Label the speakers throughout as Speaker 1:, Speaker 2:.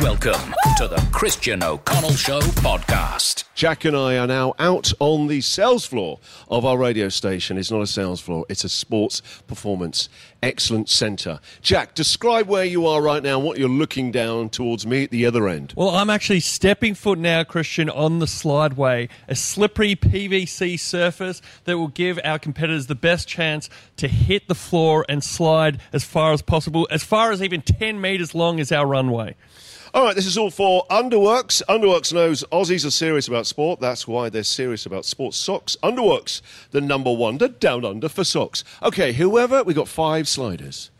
Speaker 1: Welcome to the Christian O'Connell Show podcast.
Speaker 2: Jack and I are now out on the sales floor of our radio station. It's not a sales floor, it's a sports performance excellence centre. Jack, describe where you are right now and what you're looking down towards me at the other end.
Speaker 3: Well, I'm actually stepping foot now, Christian, on the slideway, a slippery PVC surface that will give our competitors the best chance to hit the floor and slide as far as possible, as far as even 10 metres long as our runway.
Speaker 2: All right, this is all for Underworks. Underworks knows Aussies are serious about sport. That's why they're serious about sports socks. Underworks, the number one, the down under for socks. Okay, whoever, we got five sliders.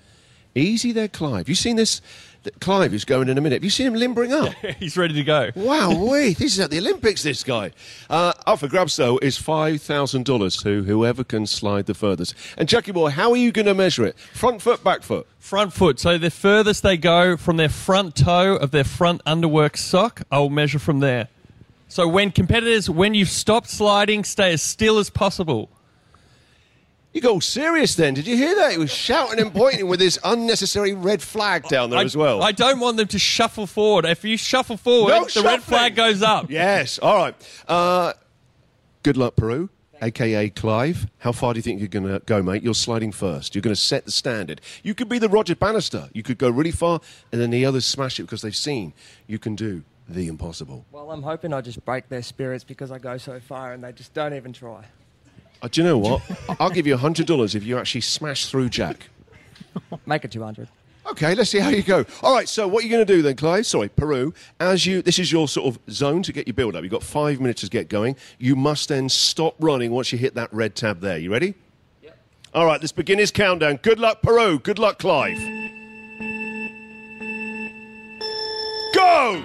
Speaker 2: Easy there, Clive. You seen this? Th- Clive is going in a minute. Have you seen him limbering up?
Speaker 3: He's ready to go.
Speaker 2: Wow, wait, this is at the Olympics, this guy. Uh, up for grabs, though, is $5,000 to whoever can slide the furthest. And Jackie Moore, how are you going to measure it? Front foot, back foot?
Speaker 3: Front foot. So the furthest they go from their front toe of their front underwork sock, I'll measure from there. So when competitors, when you've stopped sliding, stay as still as possible.
Speaker 2: You go serious then. Did you hear that? He was shouting and pointing with his unnecessary red flag down there
Speaker 3: I,
Speaker 2: as well.
Speaker 3: I don't want them to shuffle forward. If you shuffle forward,
Speaker 2: No
Speaker 3: the
Speaker 2: shuffling.
Speaker 3: red flag goes up.
Speaker 2: yes, all right. Uh, good luck, Peru. AKA Clive, how far do you think you're going to go, mate? You're sliding first. You're going to set the standard. You could be the Roger Bannister. You could go really far, and then the others smash it because they've seen you can do the impossible.
Speaker 4: Well, I'm hoping I just break their spirits because I go so far and they just don't even try.
Speaker 2: Uh, do you know what? I'll give you $100 if you actually smash through Jack.
Speaker 4: Make it 200.
Speaker 2: Okay, let's see how you go. All right, so what are you going to do then, Clive? Sorry, Peru. As you, this is your sort of zone to get your build up. You've got five minutes to get going. You must then stop running once you hit that red tab there. You ready? Yep. All right, let's begin his countdown. Good luck, Peru. Good luck, Clive. Go!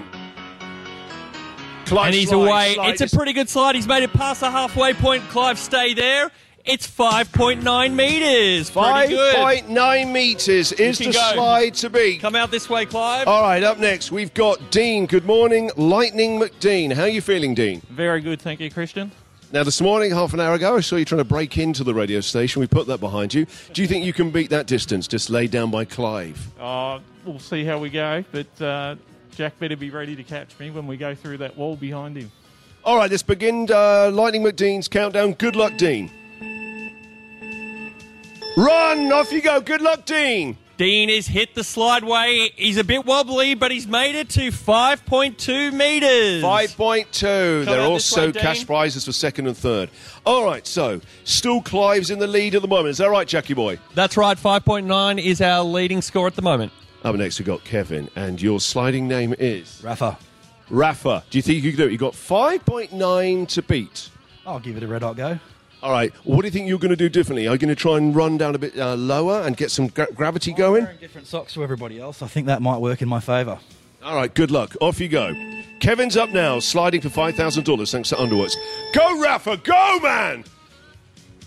Speaker 2: Clive
Speaker 3: And he's
Speaker 2: slides,
Speaker 3: away.
Speaker 2: slides.
Speaker 3: It's a pretty good slide. He's made it past the halfway point. Clive, stay there. It's 5.9 metres. Pretty good.
Speaker 2: 5.9 metres is
Speaker 3: can
Speaker 2: the
Speaker 3: go.
Speaker 2: slide to be.
Speaker 3: Come out this way, Clive.
Speaker 2: All right, up next we've got Dean. Good morning, Lightning McDean. How are you feeling, Dean?
Speaker 5: Very good, thank you, Christian.
Speaker 2: Now, this morning, half an hour ago, I saw you trying to break into the radio station. We put that behind you. Do you think you can beat that distance just laid down by Clive?
Speaker 5: Uh, we'll see how we go, but uh, Jack better be ready to catch me when we go through that wall behind him.
Speaker 2: All right, let's begin uh, Lightning McDean's countdown. Good luck, Dean. Run! Off you go. Good luck, Dean.
Speaker 3: Dean has hit the slideway. He's a bit wobbly, but he's made it to 5.2 metres.
Speaker 2: 5.2.
Speaker 3: Come
Speaker 2: There are
Speaker 3: on this
Speaker 2: also
Speaker 3: way, Dean.
Speaker 2: cash prizes for second and third. All right, so still Clive's in the lead at the moment. Is that right, Jackie boy?
Speaker 3: That's right. 5.9 is our leading score at the moment.
Speaker 2: Up next, we've got Kevin, and your sliding name is
Speaker 6: Rafa.
Speaker 2: Rafa. Do you think you can do it? You've got 5.9 to beat.
Speaker 6: I'll give it a red hot go.
Speaker 2: All right, what do you think you're going to do differently? Are you going to try and run down a bit uh, lower and get some gra- gravity going?
Speaker 6: Wearing different socks to everybody else, I think that might work in my favour.
Speaker 2: All right, good luck. Off you go. Kevin's up now, sliding for $5,000 thanks to Underwoods. Go, Rafa, go, man!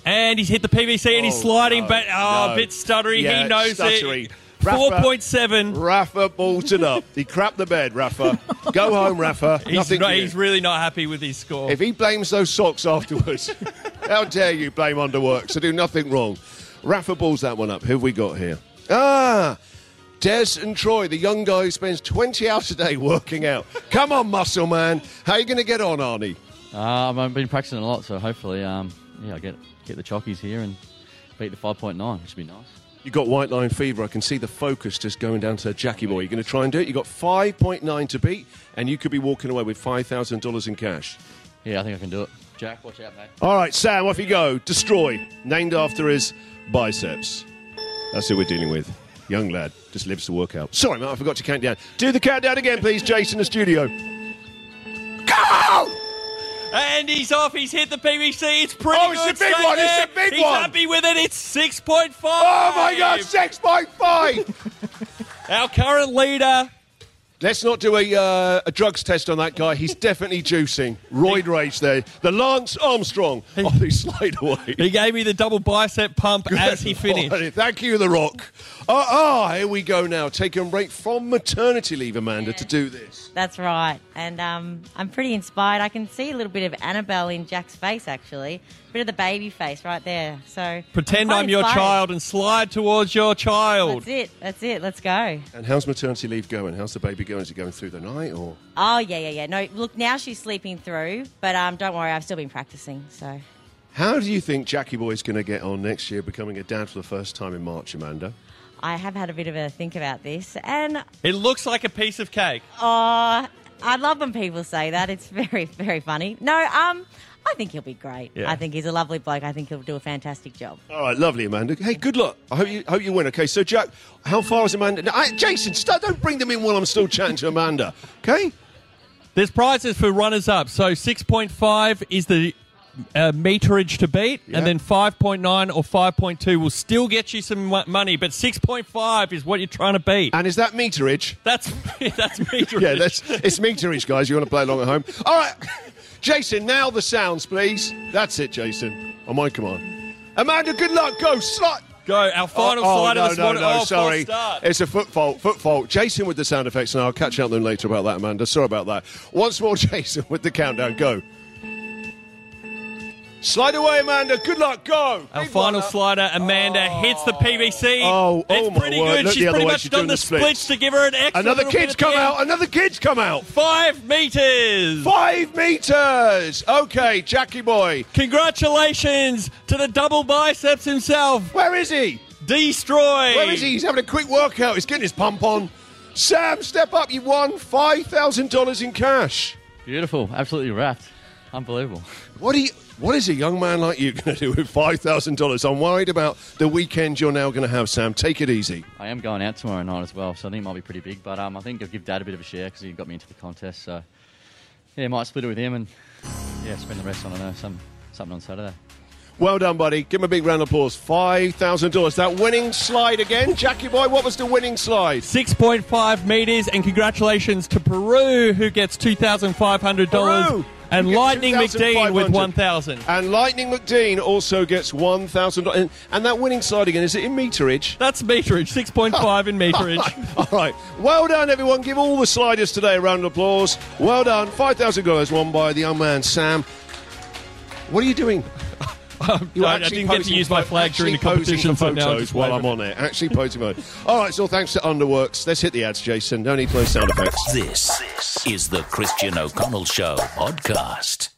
Speaker 3: And he's hit the PVC and he's
Speaker 2: Oh,
Speaker 3: sliding,
Speaker 2: no,
Speaker 3: but oh,
Speaker 2: no.
Speaker 3: a bit stuttery.
Speaker 2: Yeah,
Speaker 3: he knows
Speaker 2: stuttery.
Speaker 3: it.
Speaker 2: Rafa-
Speaker 3: 4.7.
Speaker 2: Rafa bolted up. He crapped the bed, Rafa. Go home, Rafa.
Speaker 3: He's,
Speaker 2: Nothing
Speaker 3: no,
Speaker 2: to you.
Speaker 3: he's really not happy with his score.
Speaker 2: If he blames those socks afterwards, how dare you blame Underworks? I do nothing wrong. Rafa balls that one up. Who have we got here? Ah, Des and Troy, the young guy who spends 20 hours a day working out. Come on, muscle man. How are you going to get on, Arnie?
Speaker 7: Uh, I've been practicing a lot, so hopefully, um, yeah, I get get the chockies here and beat the 5.9, which would be nice.
Speaker 2: You got white line fever. I can see the focus just going down to Jackie Boy. You're going to try and do it. You got 5.9 to beat, and you could be walking away with $5,000 in cash.
Speaker 7: Yeah, I think I can do it. Jack, watch out, mate.
Speaker 2: All right, Sam, off you go. Destroy, named after his biceps. That's who we're dealing with. Young lad, just lives to work out. Sorry, mate, I forgot to count down. Do the countdown again, please, Jason, in the studio.
Speaker 3: and he's off. He's hit the PVC. It's pretty
Speaker 2: Oh, it's
Speaker 3: good.
Speaker 2: a big
Speaker 3: Stay
Speaker 2: one, it's
Speaker 3: there.
Speaker 2: a big
Speaker 3: he's
Speaker 2: one.
Speaker 3: happy with it. It's 6.5.
Speaker 2: Oh, my God, 6.5!
Speaker 3: Our current leader.
Speaker 2: Let's not do a, uh, a drugs test on that guy. He's definitely juicing. Roid rage there. The Lance Armstrong. Oh, he slide away.
Speaker 3: He gave me the double bicep pump as he finished.
Speaker 2: Alrighty, Thank you, The Rock. Ah, ah, here we go now. Taking a break from maternity leave, Amanda, to do this.
Speaker 8: That's right. And um, I'm pretty inspired. I can see a little bit of Annabelle in Jack's face, actually. But bit of the baby face right there. So
Speaker 3: Pretend
Speaker 8: quite
Speaker 3: I'm your
Speaker 8: inspired.
Speaker 3: child and slide towards your child.
Speaker 8: That's it. That's it. Let's go.
Speaker 2: And how's maternity leave going? How's the baby going? Is it going through the night or?
Speaker 8: Oh yeah, yeah, yeah. No, look, now she's sleeping through, but um, don't worry, I've still been practicing. So
Speaker 2: How do you think Jackie Boy's going to get on next year, becoming a dad for the first time in March, Amanda?
Speaker 8: I have had a bit of a think about this, and
Speaker 3: It looks like a piece of cake.
Speaker 8: uh, I love when people say that. It's very, very funny. No, um, I think he'll be great.
Speaker 3: Yeah.
Speaker 8: I think he's a lovely bloke. I think he'll do a fantastic job.
Speaker 2: All right, lovely, Amanda. Hey, good luck. I hope you hope you win. Okay, so Jack, how far is Amanda? No, I, Jason, st- don't bring them in while I'm still chatting to Amanda. Okay.
Speaker 3: There's prizes for runners up. So 6.5 is the uh, meterage to beat,
Speaker 2: Yeah.
Speaker 3: and then 5.9 or 5.2 will still get you some mo- money, but 6.5 is what you're trying to beat.
Speaker 2: And is that meterage?
Speaker 3: That's that's meterage.
Speaker 2: Yeah, that's it's meterage, guys. You want to play along at home? All right, Jason. Now the sounds, please. That's it, Jason. I'm on command. Amanda, good luck. Go slot.
Speaker 3: Go, our final
Speaker 2: oh,
Speaker 3: slide
Speaker 2: no,
Speaker 3: of this
Speaker 2: no,
Speaker 3: morning.
Speaker 2: No,
Speaker 3: oh,
Speaker 2: sorry.
Speaker 3: false start.
Speaker 2: It's a foot fault. Foot fault. Jason with the sound effects, and I'll catch up with them later about that, Amanda. Sorry about that. Once more, Jason with the countdown. Go. Slide away, Amanda. Good luck. Go.
Speaker 3: Our
Speaker 2: Big
Speaker 3: final
Speaker 2: one up.
Speaker 3: slider, Amanda hits the PVC.
Speaker 2: Oh,
Speaker 3: it's
Speaker 2: oh my
Speaker 3: pretty
Speaker 2: word.
Speaker 3: good.
Speaker 2: Look
Speaker 3: She's
Speaker 2: the other
Speaker 3: pretty
Speaker 2: way.
Speaker 3: much
Speaker 2: She's
Speaker 3: done
Speaker 2: doing
Speaker 3: the
Speaker 2: the
Speaker 3: splits.
Speaker 2: splits.
Speaker 3: to give her an extra.
Speaker 2: Another
Speaker 3: little bit
Speaker 2: kid's
Speaker 3: at the
Speaker 2: come
Speaker 3: end.
Speaker 2: out. Another kid's come out.
Speaker 3: Five meters.
Speaker 2: Five meters. Okay, Jackie boy.
Speaker 3: Congratulations to the double biceps himself,
Speaker 2: Where is he?
Speaker 3: Destroy.
Speaker 2: Where is he? He's having a quick workout. He's getting his pump on. Sam, step up. You won $5,000 in cash.
Speaker 7: Beautiful. Absolutely wrapped. Unbelievable.
Speaker 2: What do you? What is a young man like you going to do with five thousand dollars? I'm worried about the weekend you're now going to have, Sam. Take it easy.
Speaker 7: I am going out tomorrow night as well, so I think it might be pretty big. But um, I think I'll give Dad a bit of a share because he got me into the contest. So yeah, might split it with him and yeah, spend the rest on I know some something on Saturday.
Speaker 2: Well done, buddy. Give him a big round of applause. Five thousand dollars. That winning slide again, Jackie boy. What was the winning slide?
Speaker 3: 6.5 meters, and congratulations to Peru, who gets $2,500.
Speaker 2: Peru!
Speaker 3: And
Speaker 2: You get
Speaker 3: Lightning McDean with
Speaker 2: 2,500.
Speaker 3: 1,000.
Speaker 2: And Lightning McDean also gets one thousand dollars. And that winning slide again. Is it in meterage?
Speaker 3: That's meterage, 6.5 in meterage.
Speaker 2: All right. Well done, everyone. Give all the sliders today a round of applause. Well done. Five thousand dollars won by the young man, Sam. What are you doing? You
Speaker 3: I-
Speaker 2: are
Speaker 3: I
Speaker 2: actually
Speaker 3: didn't get to
Speaker 2: posing
Speaker 3: use my
Speaker 2: pho-
Speaker 3: flag during
Speaker 2: actually
Speaker 3: the competition,
Speaker 2: posing for
Speaker 3: so now I'm
Speaker 2: photos
Speaker 3: just
Speaker 2: while I'm
Speaker 3: waving.
Speaker 2: on it. Actually posing mode. All right, so thanks to Underworks. Let's hit the ads, Jason. No need for those sound effects.
Speaker 1: This is the Christian O'Connell Show podcast.